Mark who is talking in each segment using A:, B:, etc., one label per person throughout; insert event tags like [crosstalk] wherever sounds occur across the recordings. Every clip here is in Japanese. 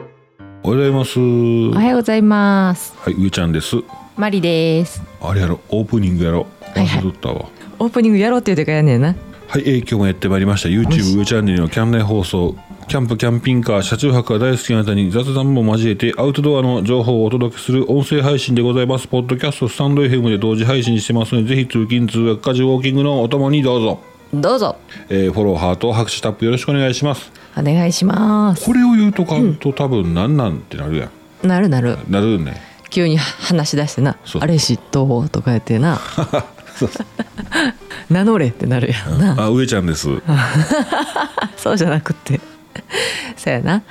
A: おはようございます
B: おはようございます
A: はい上ちゃんです
B: マリです
A: あれやろオープニングやろ
B: はいはい
A: 忘れとったわ
B: オープニングやろうって言うてからやねんな
A: はい、えー今日もやってまいりました YouTube 上チャンネルのキャン内放送キャンプキャンピングカー車中泊が大好きな方に雑談も交えてアウトドアの情報をお届けする音声配信でございますポッドキャストスタンド FM で同時配信してますのでぜひ通勤通学家事ウォーキングのお供にどうぞ、
B: どうぞ
A: えーフォローハート拍手タップよろしくお願いします
B: お願いします
A: これを言うとかんと多分なんなんってなるやん、
B: なるなる
A: なるよね
B: 急に話し出してな
A: そう
B: あれ嫉妬とかやって [laughs] な名乗れってなるやんな、
A: あ上ちゃんですは
B: [laughs] そうじゃなくって [laughs] そうやな、
A: い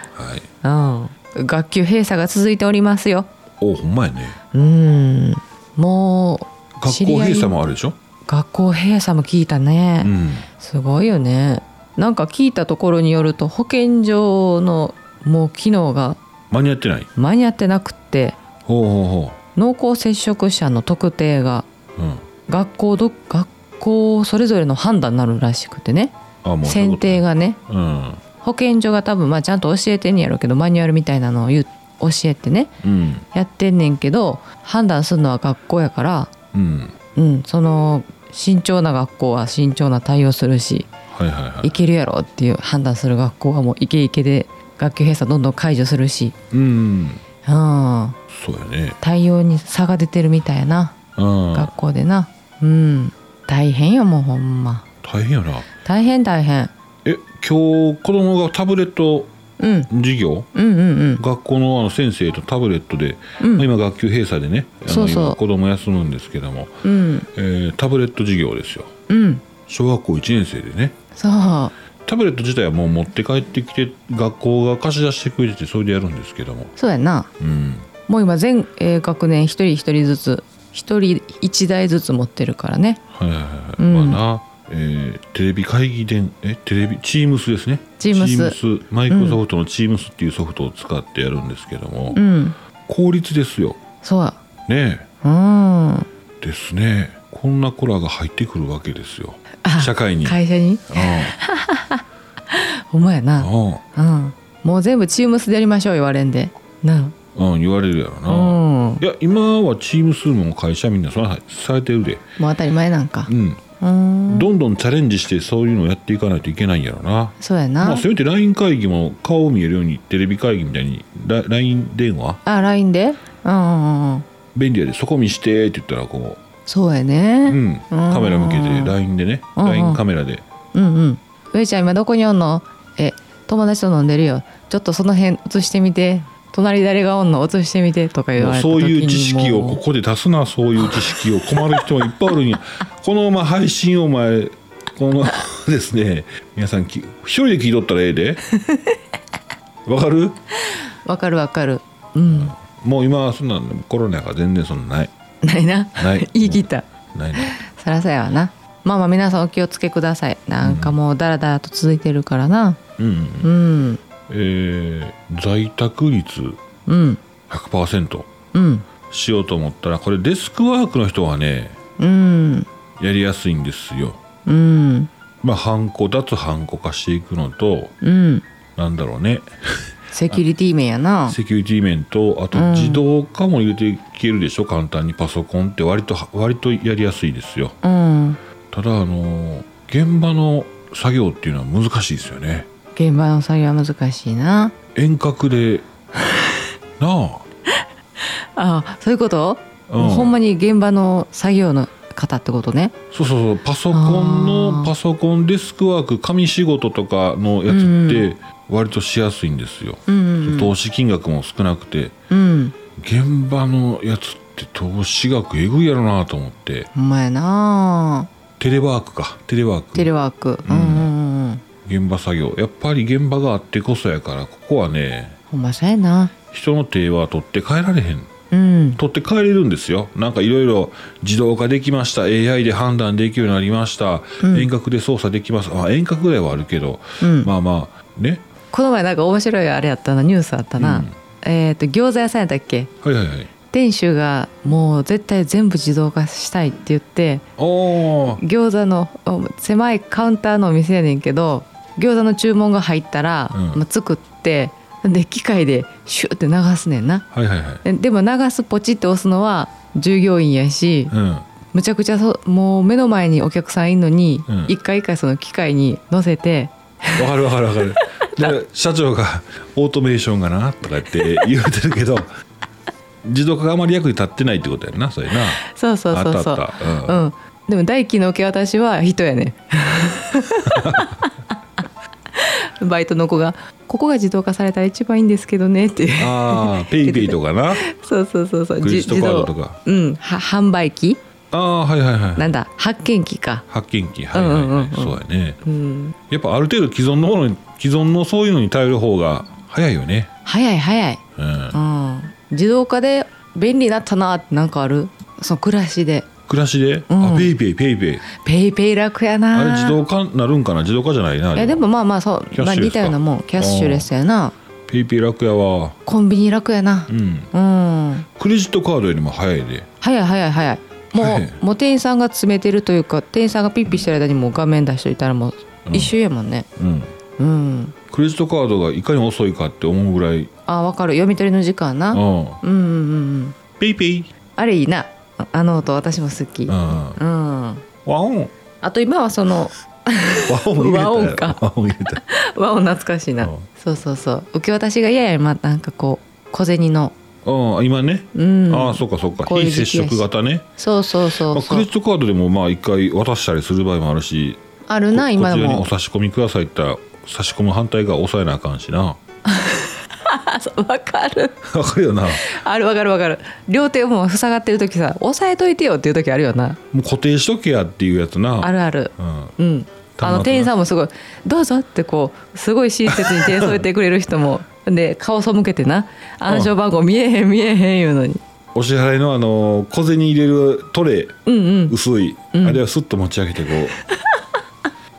B: うん、学級閉鎖が続いておりますよ
A: おほんまやね
B: うんもう
A: 学校閉鎖もあるでしょ
B: 学校閉鎖も聞いたね、
A: うん
B: すごいよねなんか聞いたところによると保健所のもう機能が
A: 間に合ってない
B: 間に合ってなくって
A: ほうほうほ
B: 濃厚接触者の特定が
A: ううん
B: 学校ど学校それぞれの判断になるらしくてね
A: あもうそういう
B: 選
A: こと
B: 定がね
A: うん
B: 保健所が多分まあちゃんと教えてんねやろうけどマニュアルみたいなのを言う教えてね
A: うん
B: やってんねんけど判断するのは学校やから、
A: うん
B: うん、その慎重な学校は慎重な対応するし
A: はいはいはい
B: いけるやろっていう判断する学校はもうイケイケで学級閉鎖どんどん解除するし、
A: うん
B: うん、
A: そうやね
B: 対応に差が出てるみたいやな、
A: うん
B: 学校でなうん大変よもうほんま
A: 大変やな
B: 大変大変、
A: え今日子供がタブレット
B: うん、
A: 授業
B: うんうん
A: 学校のあの先生とタブレットで、
B: うん
A: まあ今学級閉鎖でねあの
B: そうそう
A: 今子供休むんですけども、
B: うんうん
A: えータブレット授業ですよ
B: うん
A: 小学校1年生でね
B: そう
A: タブレット自体はもう持って帰ってきて学校が貸し出してくれててそれでやるんですけども
B: そうやな
A: うん
B: もう今全、えー学年一人一人ずつ一人一台ずつ持ってるからね
A: はいはいはい、
B: うん
A: まあな、えーテレビ会議でえテレビチームスですね
B: Teams
A: マイクロソフトのチームスっていうソフトを使ってやるんですけども、
B: うん
A: 効率ですよ
B: そうや
A: ね
B: うんあ
A: えですねこんな子らが入ってくるわけですよ社会に
B: 会社に
A: うん
B: ほんまやな
A: う
B: うんもう全部チームスでやりましょう言われんでな
A: うんうん言われるやろ
B: う
A: な、
B: んも
A: いや今はチームスも会社みんなそれはされてるで
B: う当たり前なんか
A: うん
B: うん
A: どんどんチャレンジしてそういうのをやっていかないといけないんやろな
B: そうや
A: ま
B: な
A: あ、せめて LINE 会議も顔を見えるようにテレビ会議みたいにラ LINE 電話
B: あ LINE でうんうんうんうん
A: 便利やでそこ見してって言ったらこ
B: そうや
A: う、
B: ね
A: うん、カメラ向けて LINE でね
B: うん
A: LINE カメラで
B: うんうん上ちゃん今どこにおんのえ友達と飲んでるよちょっとその辺映してみて隣誰がおんの映してみてとか言
A: も
B: わ
A: う
B: れた時
A: そ
B: に
A: ういう知識を
B: も
A: こ
B: う
A: こで出すなそういう知識を困る人もいっぱいおるん
B: [laughs]
A: やこのまま配信をお前この [laughs] ですね皆さんき一人で聞いとったらええ
B: [laughs]
A: でわかる
B: わかるわかるうん
A: もう今はそんなんコロナやから全然そんなんない
B: ないな
A: ない
B: [laughs] 言い切った
A: ないない
B: そらそうやわなまあまあ皆さんお気をつけくださいなんかもうダラダラと続いてるからな
A: うん、うん
B: うん
A: えー在宅率
B: うん
A: 100%
B: うん
A: しようと思ったらこれデスクワークの人はね
B: うん
A: やりやすいんですよ
B: うん
A: まあハンコ脱ハンコ化していくのと
B: うん
A: なんだろうね
B: セキュリティ面やな
A: セキュリティ面とあと
B: うん
A: 自動化も入れていけるでしょ、簡単にパソコンって割と割とやりやすいですよ
B: うん
A: ただあのー現場の作業っていうのは難しいですよね
B: 現場の作業は難しいな
A: 遠隔
B: [laughs]
A: でなあ
B: あそういうこと、
A: うん
B: もうほんまに現場の作業の方ってことね
A: そうそうそうパソコン
B: あ
A: の
B: ー
A: パソコンデスクワーク紙仕事とかのやつって割としやすいんですよ、
B: うんうんうん
A: 投資金額も少なくて
B: うん
A: 現場のやつって投資額えぐいやろなと思って
B: ほんまやな
A: テレワークかテレワーク
B: テレワーク
A: う
B: うんんうんうん
A: 現場作業やっぱり現場があってこそやからここはね
B: ほんまそうやな
A: 人の手は取って帰られへん
B: うん
A: 取って帰れるんですよなんかいろいろ自動化できました AI で判断できるようになりました、
B: うん
A: 遠隔で操作できますあ遠隔ぐらいはあるけど、
B: うん
A: まあまあね
B: この前なんか面白いあれやったなニュースあったな、
A: うん
B: えっ、と餃子屋さんやったっけ
A: はいはいはい
B: 店主がもう絶対全部自動化したいって言って
A: おー
B: 餃子のお狭いカウンターのお店やねんけど餃子の注文が入ったら、
A: うん
B: まあ、作ってで機械でシューって流すねんな
A: はいはいはい
B: ででも流すポチって押すのは従業員やし
A: うん
B: むちゃくちゃそもう目の前にお客さんいるのに、
A: うん
B: 一回一回その機械に乗せて
A: わかるわかるわかるで社長が「オートメーションがな」とかって言うてるけど自動化があまり役に立ってないってことやんなそれな
B: そうそうそう
A: あ
B: そう
A: ったあった
B: うん、でも代金の受け渡しは人やね
A: [laughs]
B: んバイトの子が「ここが自動化されたら一番いいんですけどね」って
A: ああペイペイとかな
B: そうそうそうそう
A: クレジットカード
B: じ
A: とか
B: 自動うんは販売機
A: ああはいはいはい
B: なんだ発見機か
A: 発見機はいはい、はい
B: うんうんうんうん
A: そうやね
B: うん
A: やっぱある程度既存のものに既存のそういうのに頼る方が早いよね
B: 早い早い、
A: うん
B: うん、自動化で便利になったなってなんかあるその暮らしで
A: 暮らしで、
B: うん
A: あペイペイペイペイ
B: ペイペイ楽やな
A: あれ自動化なるんかな自動化じゃないなあれ
B: えでもまあまあそう
A: キャッシュレスか
B: まあ、似たようなもんキャッシュレスやな
A: ペイペイ楽やわ
B: コンビニ楽やな
A: うん
B: うん
A: クレジットカードよりも早いで
B: 早い早い早いもう,、
A: はい
B: もう店員さんが詰めてるというか店員さんがピッピしてる間にもう画面出しといたらもう一周やもんね
A: うん
B: うん、
A: クレジットカードがいかに遅いかって思うぐらい
B: あ分かる読み取りの時間な、
A: うん
B: うんうんうんうん
A: ペイペイ
B: あれいいなああの音私も好き
A: うん
B: う
A: うん
B: ん、
A: 和
B: [laughs]
A: 音
B: あと今は
A: [laughs]
B: その
A: 和音入れたよ
B: 和音か
A: 和音入れた
B: 和音懐かしいな、
A: うん
B: そうそうそう受け渡しが嫌やまなんかこう小銭の
A: うん今ね
B: うん
A: ああそうかそうか
B: こういう
A: 非接
B: 時期やし
A: 触型ね
B: そうそうそ
A: ま
B: う
A: あク
B: そう、
A: レジットカードでもまあ一回渡したりする場合もあるし
B: あ、るな
A: こ
B: 今
A: こ
B: で
A: ちらに
B: も
A: お差し込みくださいって言ったら差し込む反対側押さえなあかんしな [laughs]
B: [laughs] あそうわかる
A: わかるよなも
B: あるわかるわかる両手をもう塞がってる時さ押さえといてよっていう時あるよな
A: う固定しとけやっていうやつな
B: あるある
A: うん
B: うん
A: たま
B: あ
A: らん
B: の店員さんもすごい「どうぞ」ってこうすごい親切に手添えてくれる人もで顔背けてな暗証番号見えへん見えへん言うのに
A: お支払いのあの小銭入れるトレ
B: うんうん
A: 薄い、
B: うん
A: あれはスッと持ち上げ
B: [laughs]
A: てこう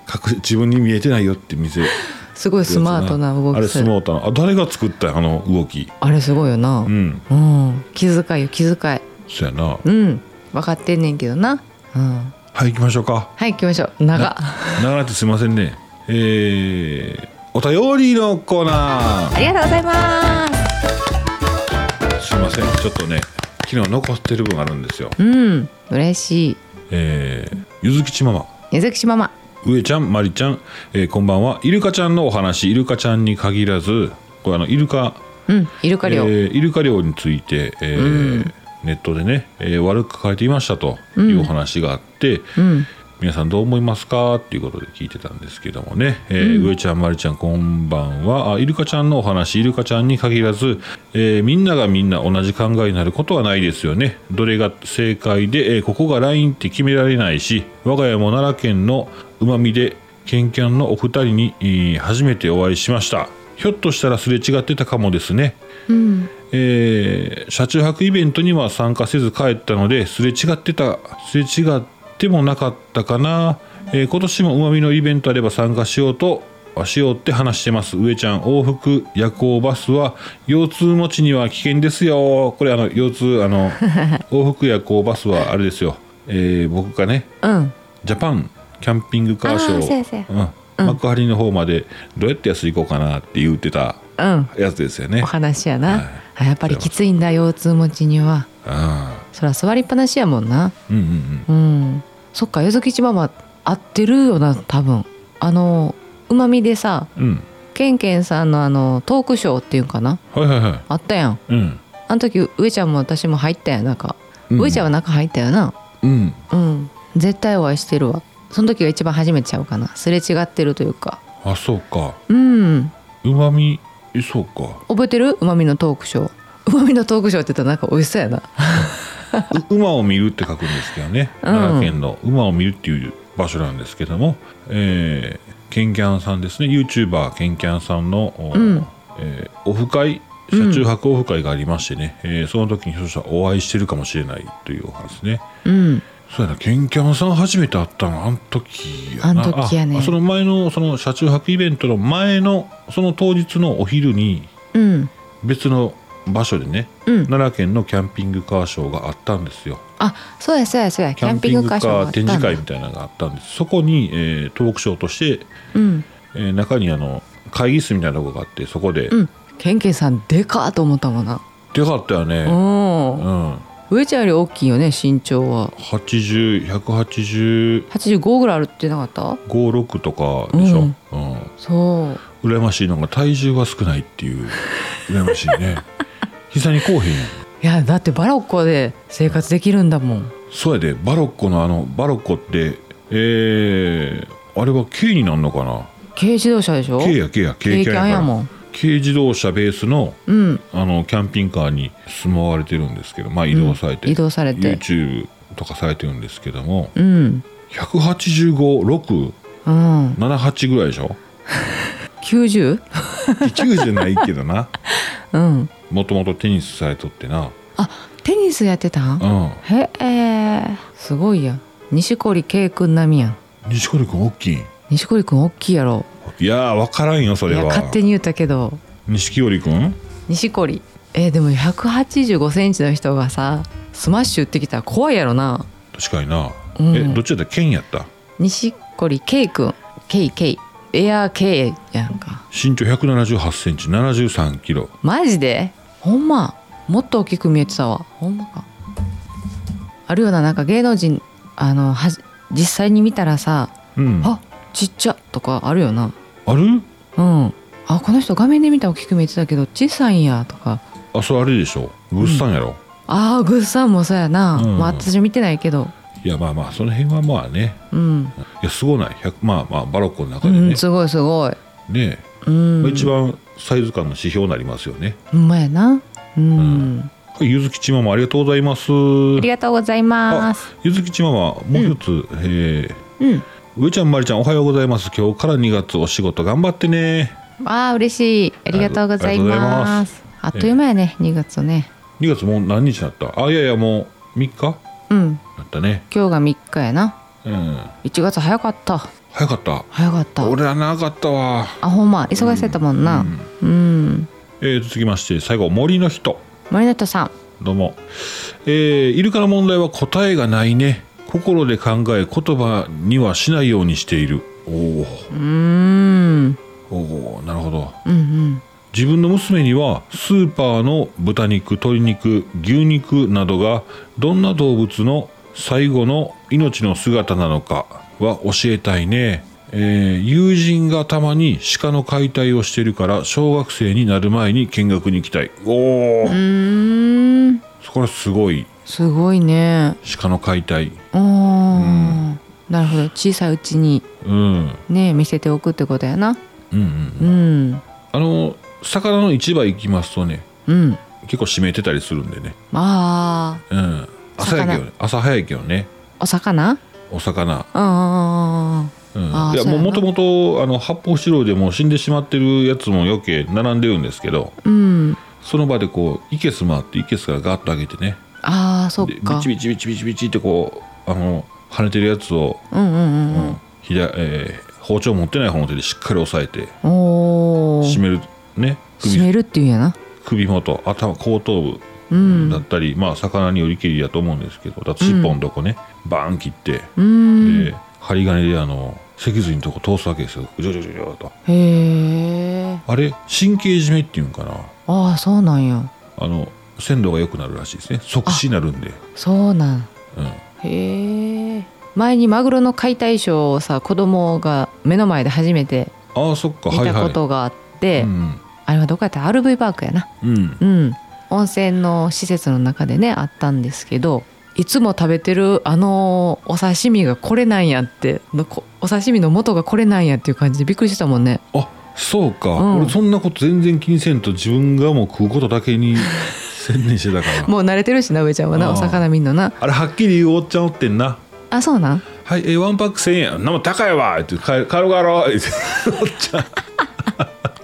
A: 隠し自分に見えてないよって見せる
B: すごいスマートな動
A: あ
B: き
A: れス
B: する
A: マートなあ誰が作ったんやあの動き
B: あれすごいよな
A: うん
B: うん気遣いよ気遣い
A: そうやなは
B: うん分かってんねんけどなうん
A: い行きましょうか
B: はい行きましょう長っ
A: 長なってすいませんねえー、お便りのコーナ
B: ありがとうございます
A: ーすいませんちょっとね昨日残ってる分あるんですよ
B: うん嬉しい
A: えー、ゆずきちママ
B: 根崎島マ
A: 上ちゃんまりちゃん、えーこんばんはイルカちゃんのお話イルカちゃんに限らずこれあのイルカ
B: うんイルカ漁
A: えーイルカ漁について、えーネットでね、えー悪く書いていましたというお話があって、
B: うん
A: 皆さんどう思いますかっていうことで聞いてたんですけどもね、えー上ちゃんまりちゃんこんばんはあイルカちゃんのお話イルカちゃんに限らず、えーみんながみんな同じ考えになることはないですよねどれが正解で、えーここがラインって決められないし我が家も奈良県のうまみでケンキャンのお二人に、えー初めてお会いしましたひょっとしたらすれ違ってたかもですね
B: うん
A: えー車中泊イベントには参加せず帰ったのですれ違ってたすれ違ってもなかったかな、えー今年もうまみのイベントあれば参加しようとあしようって話してます上ちゃん往復夜行バスは腰痛持ちには危険ですよこれあの腰痛あ
B: [laughs]
A: の往復夜行バスはあれですよ、えー僕がね
B: うん
A: ジャパンキャンピングカーショ
B: あーそうやそう
A: ーうん、幕張の方までどうやって安い行こうかなって言ってた
B: うん
A: やつですよね
B: お。話やな、
A: はい
B: あやっぱりきついんだ腰痛持ちには
A: あ
B: そら座りっぱなしやもんな
A: ーうんうんうん
B: うんそっか柚木ちママ合ってるよな多分あのうまみでさ
A: うん。
B: ケンケンさんのあのトークショーっていうんかな
A: はいはいはい。
B: あったやん
A: うん。
B: あの時上ちゃんも私も入ったやん中、
A: うん
B: 上ちゃんは中入ったよな
A: うん。
B: うん絶対お会いしてるわその時が一番初めちゃうかなすれ違ってるというか
A: あ、そうか。
B: うん
A: うまみ、えそうか。
B: 覚えてるうまみのトークショーうまみのトークショーって言ったらなんか美味しそうやな
A: う [laughs] 馬を見るって書くんですけどね。
B: うん
A: 奈良県の馬を見るっていう場所なんですけども、えー、ケンキャンさんですね。YouTuber ケンキャンさんの、お
B: うん
A: えーオフ会、車中泊オフ会がありましてね、えーその時にひょっとしたらお会いしてるかもしれないというお話ですね。
B: うん
A: そうやな、ケンキャンさん初めて会ったの、あの時やな。
B: あん時やね
A: あその前の、その車中泊イベントの前の、その当日のお昼に、
B: うん
A: 別の場所でね、
B: うん
A: 奈良県のキャンピングカーショーがあったんですよ
B: あそうやそうやそうやキ
A: キ
B: ャ
A: ャ
B: ン
A: ン
B: ピ
A: ピ
B: ン
A: ン
B: グ
A: グ
B: カ
A: カ
B: ーショーがあ
A: ー
B: った
A: 展
B: ん
A: 示
B: だ
A: 会みたいなのがあったんですそこに、えートークショーとして、
B: うん
A: えー中にあの会議室みたいなとこがあってそこで、
B: うんケンケンさんでかーと思ったもんな
A: でかったよ
B: う
A: ねうんん
B: 上ちゃんより大きいよね身長は
A: 80185
B: 85ぐらいあるってなかった
A: 6とかでしょ、
B: うん
A: うん
B: そう
A: 羨ましいのが体重が少ないっていう羨ましい
B: [laughs]
A: ね膝にこうへんやん
B: いやだってバロッコで生活できるんだもん
A: そうやでバロッコのあのバロッコってえー、あれは軽になんのかな
B: 軽自動車でしょ
A: 軽や軽や軽キ
B: 軽キ
A: ャンや
B: ャ
A: か
B: ンや
A: ら
B: もん
A: 軽自動車ベースの
B: うん
A: あのキャンピングカーに住まわれてるんですけどまあ移動されて、
B: 移動されて
A: YouTube とかされてるんですけども
B: うん
A: 185678
B: うん
A: ぐらいでしょ
B: 90?
A: 9じゃないけど
B: [laughs]
A: な
B: うん
A: もともとテニスされとってな
B: あテニスやってたん
A: うん
B: へえすごいやん錦織圭君並みやん
A: 錦織君大きい
B: 錦織君大きいやろ
A: いやー分からんよそ
B: い
A: れ
B: や
A: は
B: 勝手に言ったけど
A: 錦織君
B: 錦織えーでも1 8 5ンチの人がさスマッシュ打ってきたら怖いやろな
A: 確かにな、
B: うん
A: えどっちだった剣やった
B: 錦織圭君圭圭エアー圭やんか
A: 身長1 7 8ンチ7 3キロ
B: マジでほんまもっと大きく見えてたわほんまかあるよななんか芸能人あのはじ実際に見たらさ
A: うんあ
B: あちっちゃとかあるよな
A: る
B: うんあこの人画面で見たら大きく見えてたけど小さいんやとか
A: あそれあれでしょグッサンやろ、
B: あーグッさんもそうやな、
A: うん
B: まあ私見てないけど
A: いやまあまあその辺はまあね
B: うん、
A: いやすごない100まあまあバロッコの中
B: う
A: でね
B: ん、、すごいすごい
A: ね
B: うん
A: まあ、一番サイズ感の指標になりますよね
B: ほんまやなうん、
A: はいゆずきちママありがとうございます
B: ありがとうございます
A: ゆずきちママもう一つ、えー
B: うん
A: 上ちゃんまりちゃんおはようございます今日から2月お仕事頑張ってね
B: わあ嬉しいありがとうござい
A: ありがとうございま
B: ますすあっという間やね、2月ね
A: 2月もう何日になったあいやいやもう3日
B: うん
A: なったね
B: 今日が3日やな
A: うん
B: 1月早かった
A: 早かった
B: 早かった
A: 俺は長かったわ
B: あほんま忙しそうやったもんなうん、
A: えー、続きまして最後森の人
B: 森の人さん
A: どうも、えーイルカの問題は答えがないね心で考え言葉にはしないようにしているおー
B: うーん
A: おーなるほど
B: うんうん
A: 自分の娘にはスーパーの豚肉鶏肉牛肉などがどんな動物の最後の命の姿なのかは教えたいね、えー友人がたまに鹿の解体をしてるから小学生になる前に見学に行きたいおお
B: うーん
A: これすごい
B: すごいね
A: 鹿の解体
B: うーんなるほど小さいうちに
A: うん
B: ね見せておくってことやな
A: うんうん
B: うん
A: あの魚の市場行きますとね
B: うん
A: 結構閉めてたりするんでね
B: まあ
A: うん朝やけどね朝早いけどね
B: お魚
A: お魚
B: うんうんうん
A: うん
B: あー
A: いや
B: そ
A: も
B: うやな
A: ともとあの発泡スチロールでもう死んでしまってるやつも余計並んでるんですけど
B: うんうん
A: その場でこうイケス回ってイケスからガッと上げてね
B: ああそっ
A: でビ
B: か
A: チビチビチビチビチってこうあの跳ねてるやつを、
B: うんうん
A: う
B: うん
A: んひだえー包丁持ってない方の手でしっかり押さえて
B: うんおお
A: 締めるね
B: 締めるっていうんやな
A: 首元頭後頭部
B: うん
A: だったり、まあ魚によりきりやと思うんですけどだと尻尾のとこね、バーン切って、
B: うん
A: で針金であの脊髄のとこ通すわけですよジョジョジョジョと
B: へえ
A: あれ神経締めっていうんかな
B: ああそうなんや
A: あの鮮度が良くなるらしいですね即死になるんで、
B: そうなん
A: うん、
B: へえ前にマグロの解体ショーをさ子供が目の前で初めて
A: ああそっか
B: 見
A: はい
B: た
A: は
B: こ
A: い
B: とがあって、
A: うん
B: あれはどこやった RV パークやな
A: うん
B: うん温泉の施設の中でねあったんですけどいつも食べてるあのお刺身がこれなんやってのこお刺身の元がこれなんやっていう感じでびっくりしたもんね
A: あそうか、
B: うん
A: 俺そんなこと全然気にせんと自分がもう食うことだけに専念してたから
B: もう慣れてるしな上ちゃんは
A: あ
B: な
A: あ
B: お魚見んのな
A: あれはっきり言うおっちゃんおってんな
B: あそうなん
A: はい、えー、ワンパック千円、なんも高いわって、帰る、帰ろう帰 [laughs] ろうって、おっちゃん。 [laughs] あ、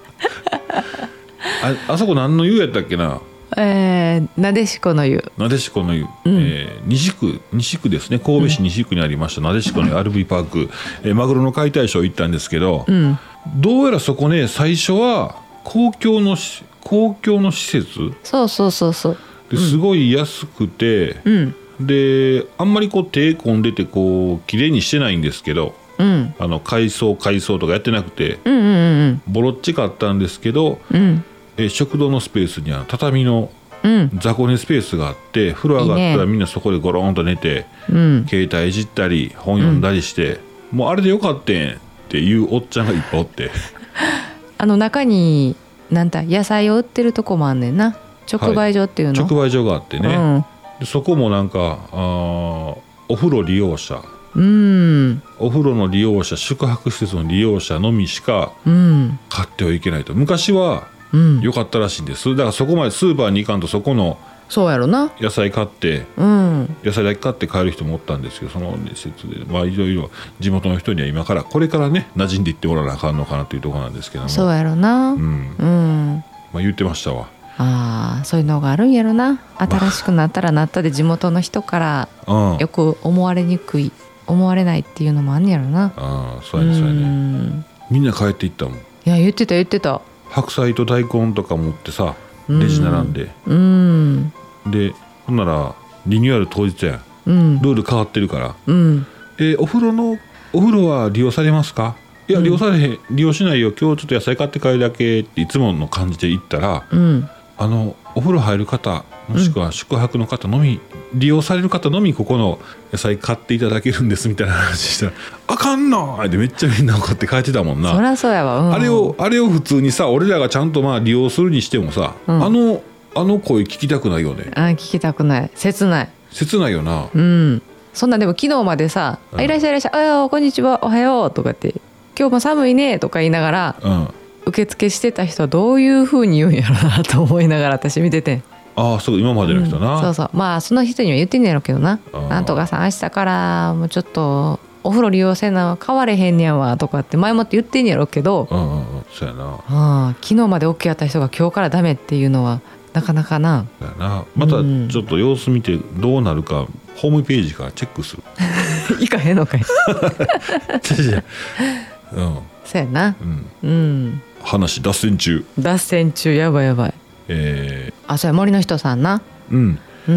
A: あそこ何の湯やったっけな、
B: えー、なでしこの湯
A: なでしこの湯、えー西区、西区ですね、神戸市西区にありました、なでしこの湯 RV パーク。えーマグロの解体ショー行ったんですけど、
B: うん
A: どうやらそこね、最初は公共のし、公共の施設。
B: そうそうそうそう
A: ですごい安くて、
B: うん
A: で、あんまりこう手込んでて、こう綺麗にしてないんですけど。
B: うん
A: あの改装改装とかやってなくて
B: うんうんうん
A: ボロっちかったんですけど
B: うん
A: えー食堂のスペースには畳の
B: うん
A: 雑魚寝スペースがあって風呂上がった
B: いい
A: ら
B: ね
A: みんなそこでゴロンと寝て
B: うん
A: 携帯いじったり本読んだりして、もうあれでよかったんっていうおっちゃんがいっぱいおって
B: あの中になんだ野菜を売ってるとこもあんねんな直売所っていうの、
A: 直売所があってね、
B: うん
A: でそこもなんかあーお風呂利用者
B: うん
A: お風呂の利用者宿泊施設の利用者のみしか
B: うん
A: 買ってはいけないと昔は
B: うん
A: 良かったらしいんですだからそこまでスーパーに行かんとそこの
B: そうやろな
A: 野菜買って
B: うん
A: 野菜だけ買って帰る人もおったんですけどその施設でまあいろいろ地元の人には今からこれからね馴染んでいってもらわなあかんのかなというところなんですけども
B: そうやろなうん、
A: んまあ、言ってましたわ
B: ああそういうのがあるんやろな新しくなったらなったで地元の人から
A: うん
B: よく思われにくい思われないっていうのもあんねやろな
A: ああそうやねそうやね
B: ん
A: みんな帰っていったもん
B: いや言ってた言ってた
A: 白菜と大根とか持ってさ
B: うん
A: レジ並んで
B: うん
A: でほんならリニューアル当日やん
B: うん
A: ルール変わってるから
B: うん
A: えーお風呂のお風呂は利用されますかいや利用されへん、利用しないよ今日ちょっと野菜買って帰るだけっていつもの感じで行ったら
B: うん
A: あのお風呂入る方もしくは宿泊の方のみ、利用される方のみここの野菜買っていただけるんですみたいな話したら「あかんな!」ってめっちゃみんな怒って帰ってたもん
B: そ
A: な
B: りゃそうやわ、うん、
A: あれをあれを普通にさ俺らがちゃんとまあ利用するにしてもさ、
B: うん
A: あのあの声聞きたくないよね
B: あ聞きたくない切ない
A: 切ないよな
B: うんそんなでも昨日までさ「
A: うん
B: あいらっしゃいいらっしゃいあこんにちはおはよう」とかって「今日も寒いね」とか言いながら
A: うん
B: 受付してた人はどういうふうに言うんやろなと思いながら私見ててん
A: ああそう今までの人な、
B: そうそうまあその人には言ってんねやろうけどな
A: あー
B: なんとかさん明日からもうちょっとお風呂利用せな変われへんねやわとかって前もって言ってんねやろうけど、
A: うんうんうんそうやな
B: あー昨日まで OK やった人が今日からダメっていうのはなかなかな
A: だよなまた
B: うん
A: ちょっと様子見てどうなるかホームページからチェック
B: [laughs]
A: する
B: いかへんのかい
A: うん
B: そうやな
A: うん
B: うん
A: 話脱線中
B: 脱線中やばいやばい
A: え
B: あそうや森の人さんな
A: ーうん
B: う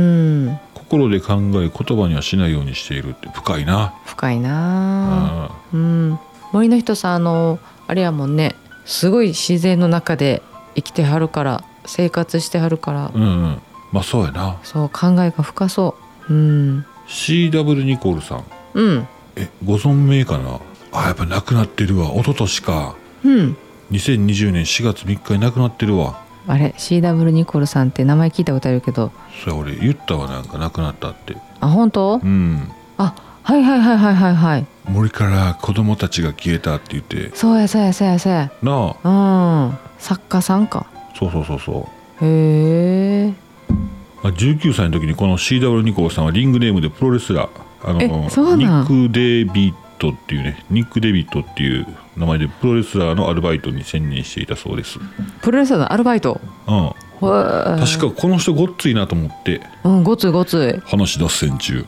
B: ん
A: 心で考え言葉にはしないようにしているって深いな
B: 深いな
A: ああ
B: うん森の人さんあのあれやもんねすごい自然の中で生きてはるから生活してはるから、
A: うんうんまあそうやな
B: そう考えが深そううん
A: CW ニコルさん
B: うん
A: えご存命かなあやっぱ亡くなってるわ一昨年か
B: うん
A: 2020年4月3日に亡くなってるわ
B: あれ CW ニコルさんって名前聞いたことあるけど
A: それ俺言ったわなんか亡くなったって
B: あ本当
A: うん
B: あはいはいはいはいはいはい
A: 森から子供たちが消えたって言って
B: そうやそうやそうやそうや
A: なあ
B: うん作家さんか
A: そうそうそうそう
B: へえ
A: まあ19歳の時にこの CW ニコルさんはリングネームでプロレスラーあの
B: えそう
A: ニ
B: なん
A: ック・デビットっていうねニック・デビットっていう名前でプロレスラーのアルバイトに専任していたそうです、うん、
B: プロレスラーのアルバイト確
A: 確かこの人ごっついなと思って
B: うんごついごつ
A: 話脱線中、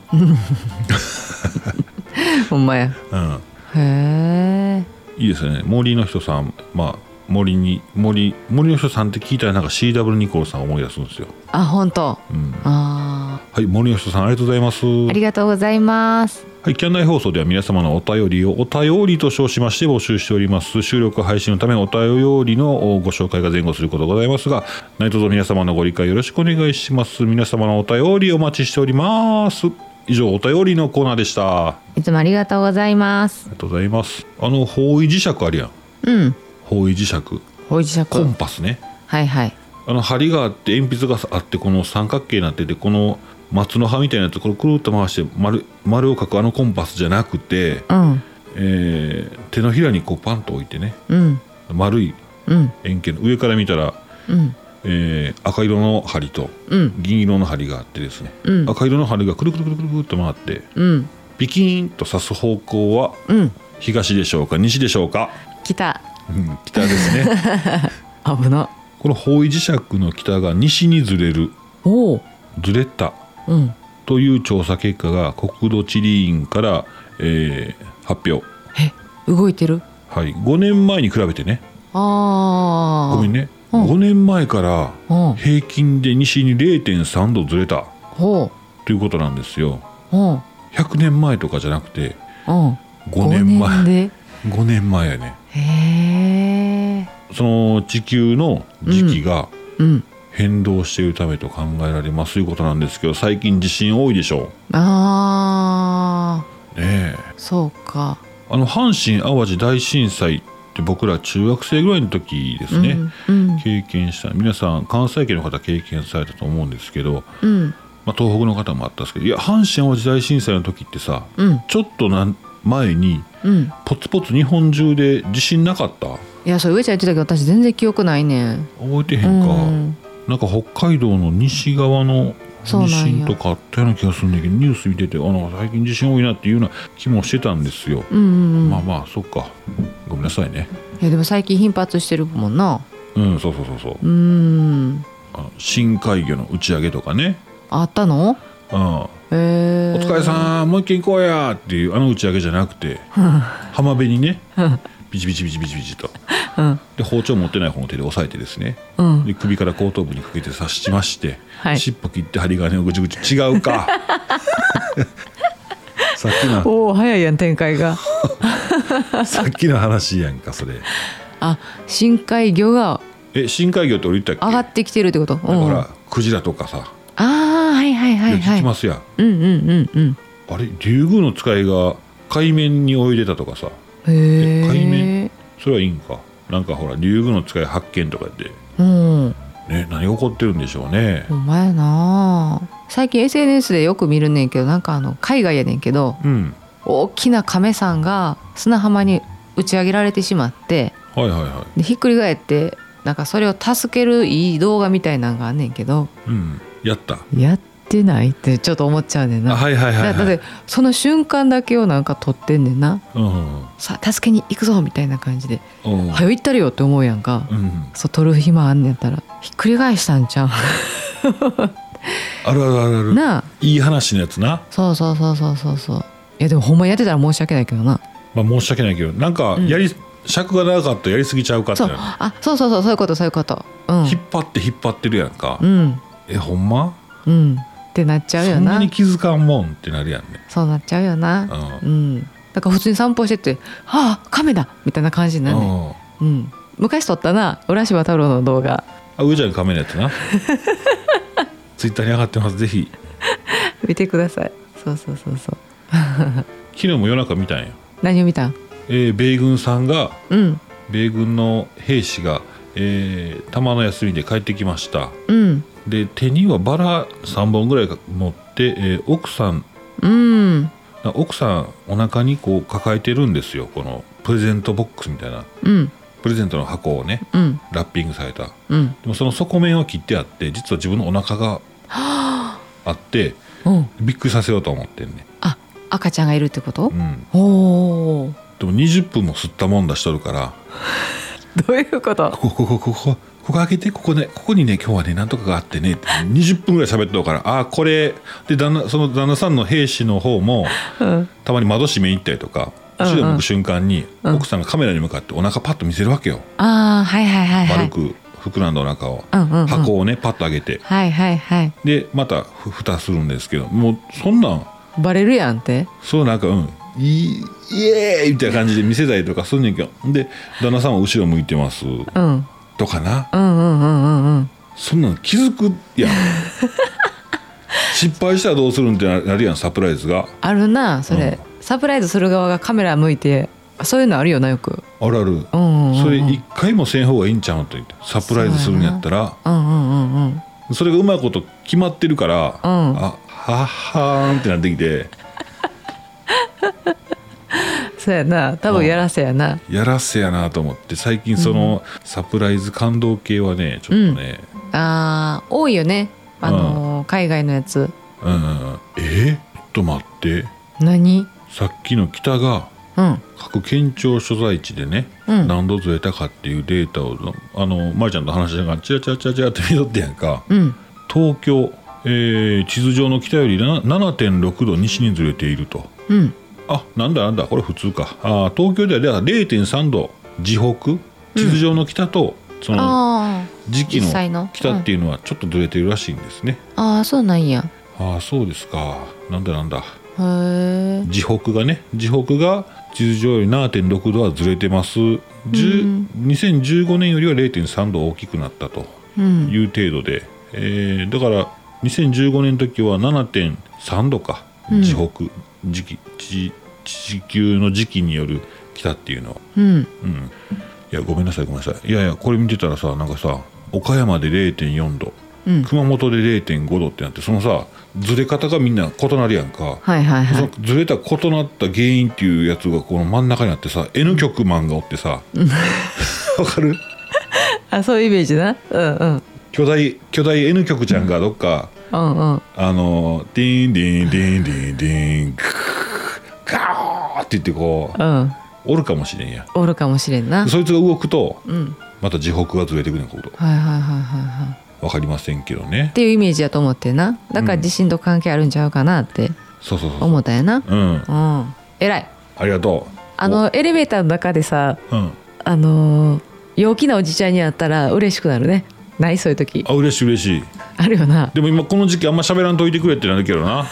B: いほんまや
A: うん、
B: へえ
A: いいですね森の人さんまあ森に森森の人さんって聞いたらなんか CW ニコルさんを思い出すんですよ、
B: あ本当
A: うん、
B: あ
A: はい森の人さんありがとうございます
B: ーありがとうございます
A: はい、キャンナイ放送では皆様のお便りをお便りと称しまして募集しております。収録配信のためのお便りのご紹介が前後することがございますが、何卒皆様のご理解よろしくお願いします。皆様のお便りお待ちしております。以上、お便りのコーナーでした。あ
B: いつもありがとうございます
A: りがとうございます。あの、方位磁石あるやん。
B: うん
A: 方位磁石。
B: ほいじしゃ
A: コン
B: く
A: パスね。
B: はいはい
A: あの、針があって、鉛筆があって、この三角形になってて、この松の葉みたいなやつ、これくるっと回して丸、丸を描くあのコンパスじゃなくて、
B: うん
A: えー手のひらにこうパンと置いてね
B: うん
A: 丸い
B: うん
A: 円形の上から見たら、
B: うん
A: えー赤色の針と
B: うん
A: 銀色の針があってですね、
B: うん
A: 赤色の針がくるくるくるくるくるっと回って
B: うん
A: ピキーンと刺す方向は
B: うん
A: 東でしょうか西でしょう
B: [laughs]
A: か、
B: 来た
A: うん、北ですね
B: 危な
A: この方位磁石の北が西にずれる
B: おお
A: ずれた
B: うん
A: という調査結果が国土地理院から、えー発表、
B: え動いてる
A: はい、5年前に比べてね
B: ああ
A: ごめんね、
B: うん
A: 5年前から
B: うん
A: 平均で西に0.3度ずれた
B: ほ
A: ということなんですよ
B: ううん
A: 100年前とかじゃなくて
B: うん
A: 5年前
B: 五年で
A: 5年前やね
B: へえ
A: その地球の時期が
B: うん
A: 変動しているためと考えられますということなんですけど最近地震多いでしょ
B: あ
A: うねえ
B: ーそうか
A: あの阪神・淡路大震災って僕ら中学生ぐらいの時ですね、
B: うんうん
A: 経験した皆さん関西圏の方経験されたと思うんですけど、
B: うん
A: まあ、東北の方もあったんですけどいや阪神・淡路大震災の時ってさ
B: うん
A: ちょっとなん前に
B: うん
A: ポツポツ日本中で地震なかった
B: いやそれ上ちゃん言ってたけど私全然記憶ないねん
A: 覚えてへん
B: う
A: か、
B: ん
A: なんか北海道の西側の
B: そうなん
A: 地
B: や
A: 震とかあったような気がするんだけどニュース見ててあなんか最近地震多いなっていうような気もしてたんですよ、
B: うんうんうん
A: まあまあそっかごめんなさいね
B: いやでも最近頻発してるもんな
A: うんそうそうそうそう
B: うん
A: あの深海魚の打ち上げとかね、
B: あったの
A: うん、お
B: えー、
A: 疲れさんもう一軒行こうやっていうあの打ち上げじゃなくて浜辺にねビチビチビチビチビチと
B: うん
A: で包丁持ってない方の手で押さえてですね
B: うん
A: で首から後頭部にかけて刺しまして、
B: はい
A: 尻尾切って針金をぐちぐち違うか
B: [laughs]
A: さっきの
B: おお早いやん展開が
A: さっきの話やんかそれ
B: あ深海魚が
A: え深海魚って俺言ったっ
B: 上
A: け
B: がってきてるってこと、うん、
A: ほ
B: あ
A: らクジラとかさ、
B: あーはいはいはいい
A: や
B: は
A: 聞
B: い
A: きますやん
B: うんうんうんうん
A: あれ竜宮の使いが海面に泳いでたとかさ
B: へえ
A: 海面それはいいんかなんかほら竜宮の使い発見とかやって
B: うん
A: ね何が起こってるんでしょうね
B: ほんまやな最近 SNS でよく見るねんけどなんかあの海外やねんけど
A: うん
B: 大きな亀さんが砂浜に打ち上げられてしまって
A: はいはいは
B: でひっくり返ってなんかそれを助けるいい動画みたいなんがあんねんけど
A: いうんやった
B: やってないってちょっと思っちゃうねん
A: あ
B: な、
A: はいはいはい
B: だ
A: は
B: だ
A: い
B: ってその瞬間だけをなんか撮ってんねんな
A: うん
B: さあ助けに行くぞみたいな感じで
A: うん
B: 「はよ行ったれよ」って思うやんか、
A: うん
B: そう撮る暇あんねんやったらひっくり返したんちゃう
A: あるあるあるある
B: なあ
A: いい話のやつな、
B: そうそうそうそうそうそういやでもほんまにやってたら申し訳ないけどな
A: まあ、申し訳ないけどなんか
B: ん
A: やり、尺が長かったらやりすぎちゃうかって
B: そう
A: な
B: あそうそうそうそういうことそういうことうん
A: 引っ張って引っ張ってるやんか、
B: うん
A: えほんま
B: うんってなっちゃう
A: そ
B: よ
A: ん
B: な
A: なに気づかんもんってなるやんね
B: そうなっちゃうよな
A: う
B: うんだから普通に散歩してて「はあカメだ!」みたいな感じに
A: ん
B: なるね
A: うん
B: うん昔撮ったな浦島太郎の動画 [laughs]
A: あ上ちゃんの亀のやつなツイッターに上がってますぜひ
B: 見てくださいそうそうそうそう
A: 昨日も夜中見たんよ、
B: 何を見たん
A: えー米軍さんが
B: うん
A: 米軍の兵士が、えー、たまの休みで帰ってきました
B: うん
A: で手にはバラ3本ぐらいが持って、えー奥さん
B: うん
A: な奥さんお腹にこう抱えてるんですよこのプレゼントボックスみたいな
B: うん
A: プレゼントの箱をね
B: うん
A: ラッピングされた
B: うん
A: でもその底面を切ってあって実は自分のお腹があって
B: うん
A: びっくりさせようと思ってんね、
B: あ赤ちゃんがいるってこと
A: うん、
B: おお
A: でも20分も吸ったもんだしとるから
B: [laughs] どういうこと
A: ここここここここ開けてここねここにね今日はねなんとかがあってねって20分ぐらい喋っとうからああこれで旦那その旦那さんの兵士の方も
B: うん
A: たまに窓閉めに行ったりとか後ろ向く瞬間に
B: うん
A: 奥さんがカメラに向かってお腹パッと見せるわけよ
B: ああはいはいはいは
A: 丸
B: い
A: く膨らんだお腹を
B: うんうんうん
A: 箱をねパッと上げて
B: はいはいはい
A: でまたふ蓋するんですけどもうそんなん
B: バレるやんって
A: そうなんかうんいイエーイみたいな感じで見せたりとかすんねんけどで旦那さんは後ろ向いてます
B: うん
A: とかな
B: うんうんうんうんうん
A: そんなの気づくやん失敗したらどうするんってなるやんサプライズが
B: あるなそれ、サプライズする側がカメラ向いてそういうのあるよなよく
A: あるある
B: うんうんうんうん
A: それ一回もせん方がいいんちゃうんと言ってサプライズするんやったら
B: うんうんうんうん
A: それがうまいこと決まってるから、
B: うん
A: あはっはーんってなってきて
B: そうやな多分やらせやな
A: やらせやなと思って最近そのサプライズ感動系はねちょっとね、
B: あー多いよねあのー海外のやつ
A: うんうんうんえー、ちょっと待って
B: 何
A: さっきの北が
B: うん
A: 各県庁所在地でね、
B: うん
A: 何度ずれたかっていうデータをあのまりちゃんと話しながらチラチラチラチラって見とってやんか
B: うん
A: 東京、えー地図上の北よりな7.6度西にずれていると
B: うん
A: あなんだなんだこれ普通かあー東京ではでは0.3度地北地図上の北と、その
B: あ
A: 時期
B: 実際
A: の
B: の
A: 北っていうのはちょっとずれてるらしいんですね、
B: ーあーそうなんや
A: ああそうですかなんだなんだ
B: へえ
A: 地北がね地北が地図上より7.6度はずれてます10
B: うん
A: 2015年よりは0.3度大きくなったと
B: うん
A: いう程度で、えーだから2015年の時は7.3度か
B: うん
A: 地北、時期地地球の時期による北っていうのは、
B: うん
A: うん、いやごめんなさいごめんなさいいやいやこれ見てたらさなんかさ岡山で0.4度
B: うん
A: 熊本で0.5度ってなってそのさずれ方がみんな異なるやんか、
B: はいはいは
A: そ
B: い
A: のずれた異なった原因っていうやつがこの真ん中にあってさ N 極マンがおってさわかる
B: あそういうイメージなうんうん
A: 巨大巨大 N 極ちゃんがどっか、
B: うんうん
A: あのディーンディーンディーンディーンディーンクーガーって言ってこう
B: うん
A: おるかもしれんや
B: おるかもしれんな
A: そいつが動くと
B: うん
A: また地北がずれてくるのこと
B: はいはいはいはいはい
A: わかりませんけどね
B: っていうイメージやと思ってなだから地震と関係あるんちゃうかなって
A: そうそうそう
B: 思ったんやな
A: うん
B: うん偉い
A: ありがとう
B: あのエレベーターの中でさ
A: おうん
B: あのー陽気なおじちゃんに会ったら嬉しくなるねないそういう時
A: あ嬉しい嬉しい
B: あるよな [laughs]
A: でも今この時期あんま喋らんといてくれってなるけどな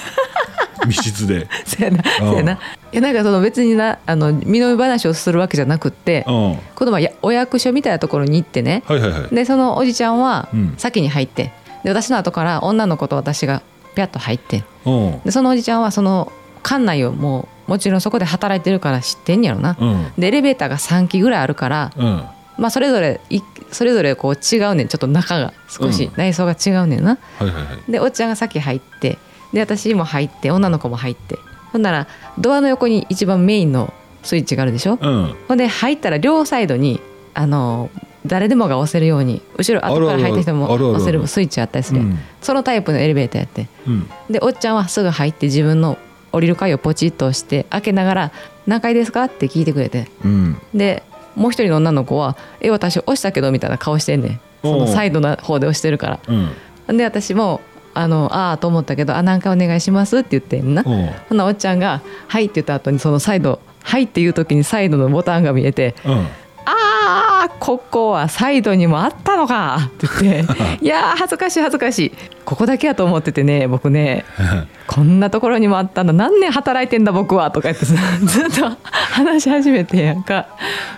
A: 密室で
B: そうやな
A: うん
B: そうやないやなんかその別になあの身の上話をするわけじゃなくって
A: うんは
B: この前やお役所みたいなところに行ってね
A: いはいはい
B: でそのおじちゃんは
A: うん
B: 先に入ってで私の後から女の子と私がピャッと入って
A: うん
B: でそのおじちゃんはその館内をもうもちろんそこで働いてるから知ってんやろな、
A: うん
B: でエレベーターが3基ぐらいあるから、
A: うん
B: まあ、それぞれいそれぞれこう違うねんちょっと中が少し
A: うん
B: 内装が違うねんな、
A: はいはいはい
B: でおっちゃんが先入ってで私も入って女の子も入ってほんならドアの横に一番メインのスイッチがあるでしょ、
A: うん
B: ほんで入ったら両サイドにあの誰でもが押せるように後ろ後から入った人も
A: あるあるあるあるある
B: 押せるスイッチあったりするやん、
A: うん
B: そのタイプのエレベーターやって
A: うん
B: でおっちゃんはすぐ入って自分の降りる階をポチッと押して開けながら「何階ですか?」って聞いてくれて
A: うん
B: でもう一人の女の子は「え私押したけど」みたいな顔してんねんそ
A: おう
B: のサイドの方で押してるから
A: うん
B: で私も「あのああ」と思ったけど「あ何回お願いします」って言ってんな
A: う
B: ほ
A: ん
B: んならおっちゃんが「はい」って言った後にそのサイド「はい」っていう時にサイドのボタンが見えて
A: うん
B: あーここはサイドにもあったのかって言って
A: [laughs]
B: いやー恥ずかしい恥ずかしいここだけやと思っててね僕ねこんなところにもあったんだ何年働いてんだ僕はとか言ってさ [laughs] ずっと話し始めてやんか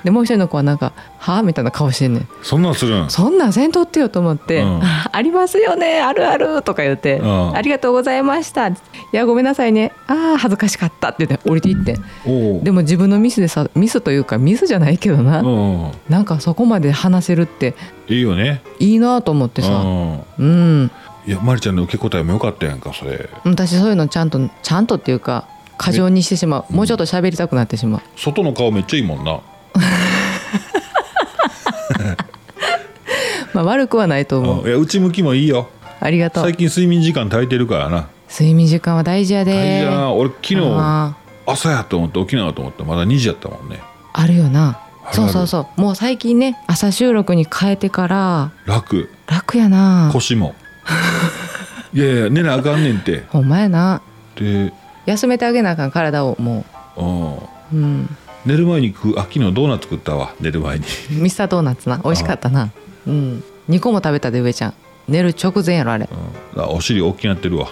B: でもう一人の子はなんか「はあ?」みたいな顔してんねん
A: そんなんするん
B: そんなんせんとってよと思って「
A: うん
B: [laughs] ありますよねあるある」とか言って「
A: うん
B: ありがとうございました」「いやごめんなさいねああ恥ずかしかった」って言って降りていってん
A: おう
B: でも自分のミスでさミスというかミスじゃないけどな、
A: うん
B: なんかそこまで話せるって
A: いいよね
B: いいなと思って
A: う
B: さ
A: ん
B: うん
A: いやまりちゃんの受け答えもよかったやんかそれ
B: 私そういうのちゃんとちゃんとっていうか過剰にしてしまうもうちょっと喋りたくなってしまう
A: 外の顔めっちゃいいもんな
B: まあ悪くはないと思
A: う
B: うん
A: いや内向きもいいよ
B: ありがとう
A: 最近睡眠時間足りてるからな
B: 睡眠時間は大事やで
A: 大事だな俺昨日
B: あ
A: 朝やと思って起きなかったと思ったらまだ2時やったもんね
B: ーあるよな
A: ある
B: そうそうそうもう最近ね朝収録に変えてから
A: 楽
B: 楽やな
A: 腰もいやいや寝なあかんねんて
B: ほんまやな
A: で
B: 休めてあげなあかん体をも
A: うん
B: う、うん、
A: 寝る前に食うあ昨日ドーナツ食ったわ寝る前に
B: ミスタードーナツな美味しかったなうん2個も食べたで上ちゃん寝る直前やろあれ
A: うんあお尻大きくなってるわ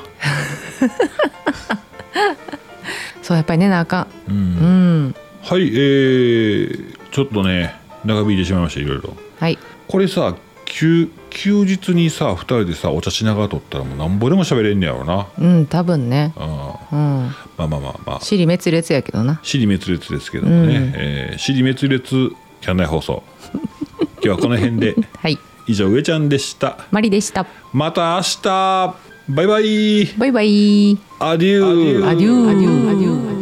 B: そうやっぱり寝なあかん
A: うん、
B: うん
A: はいえー、ちょっとね長引いてしまいましたいろいろ
B: はい
A: これさ休休日にさ2人でさお茶しながら撮ったらもうなんぼでも喋れんねやろな
B: うん多分ね
A: うんま
B: うん
A: あまあまあまあ
B: 尻滅裂やけどな
A: 尻滅裂ですけどもね、
B: うん
A: えー尻滅裂キャンナイ放送 [laughs] 今日はこの辺で
B: はい
A: 以上上ちゃんでした
B: マリでした
A: また明日バイバイ
B: バイバイ
A: アデュー
B: アデューアデューアデュー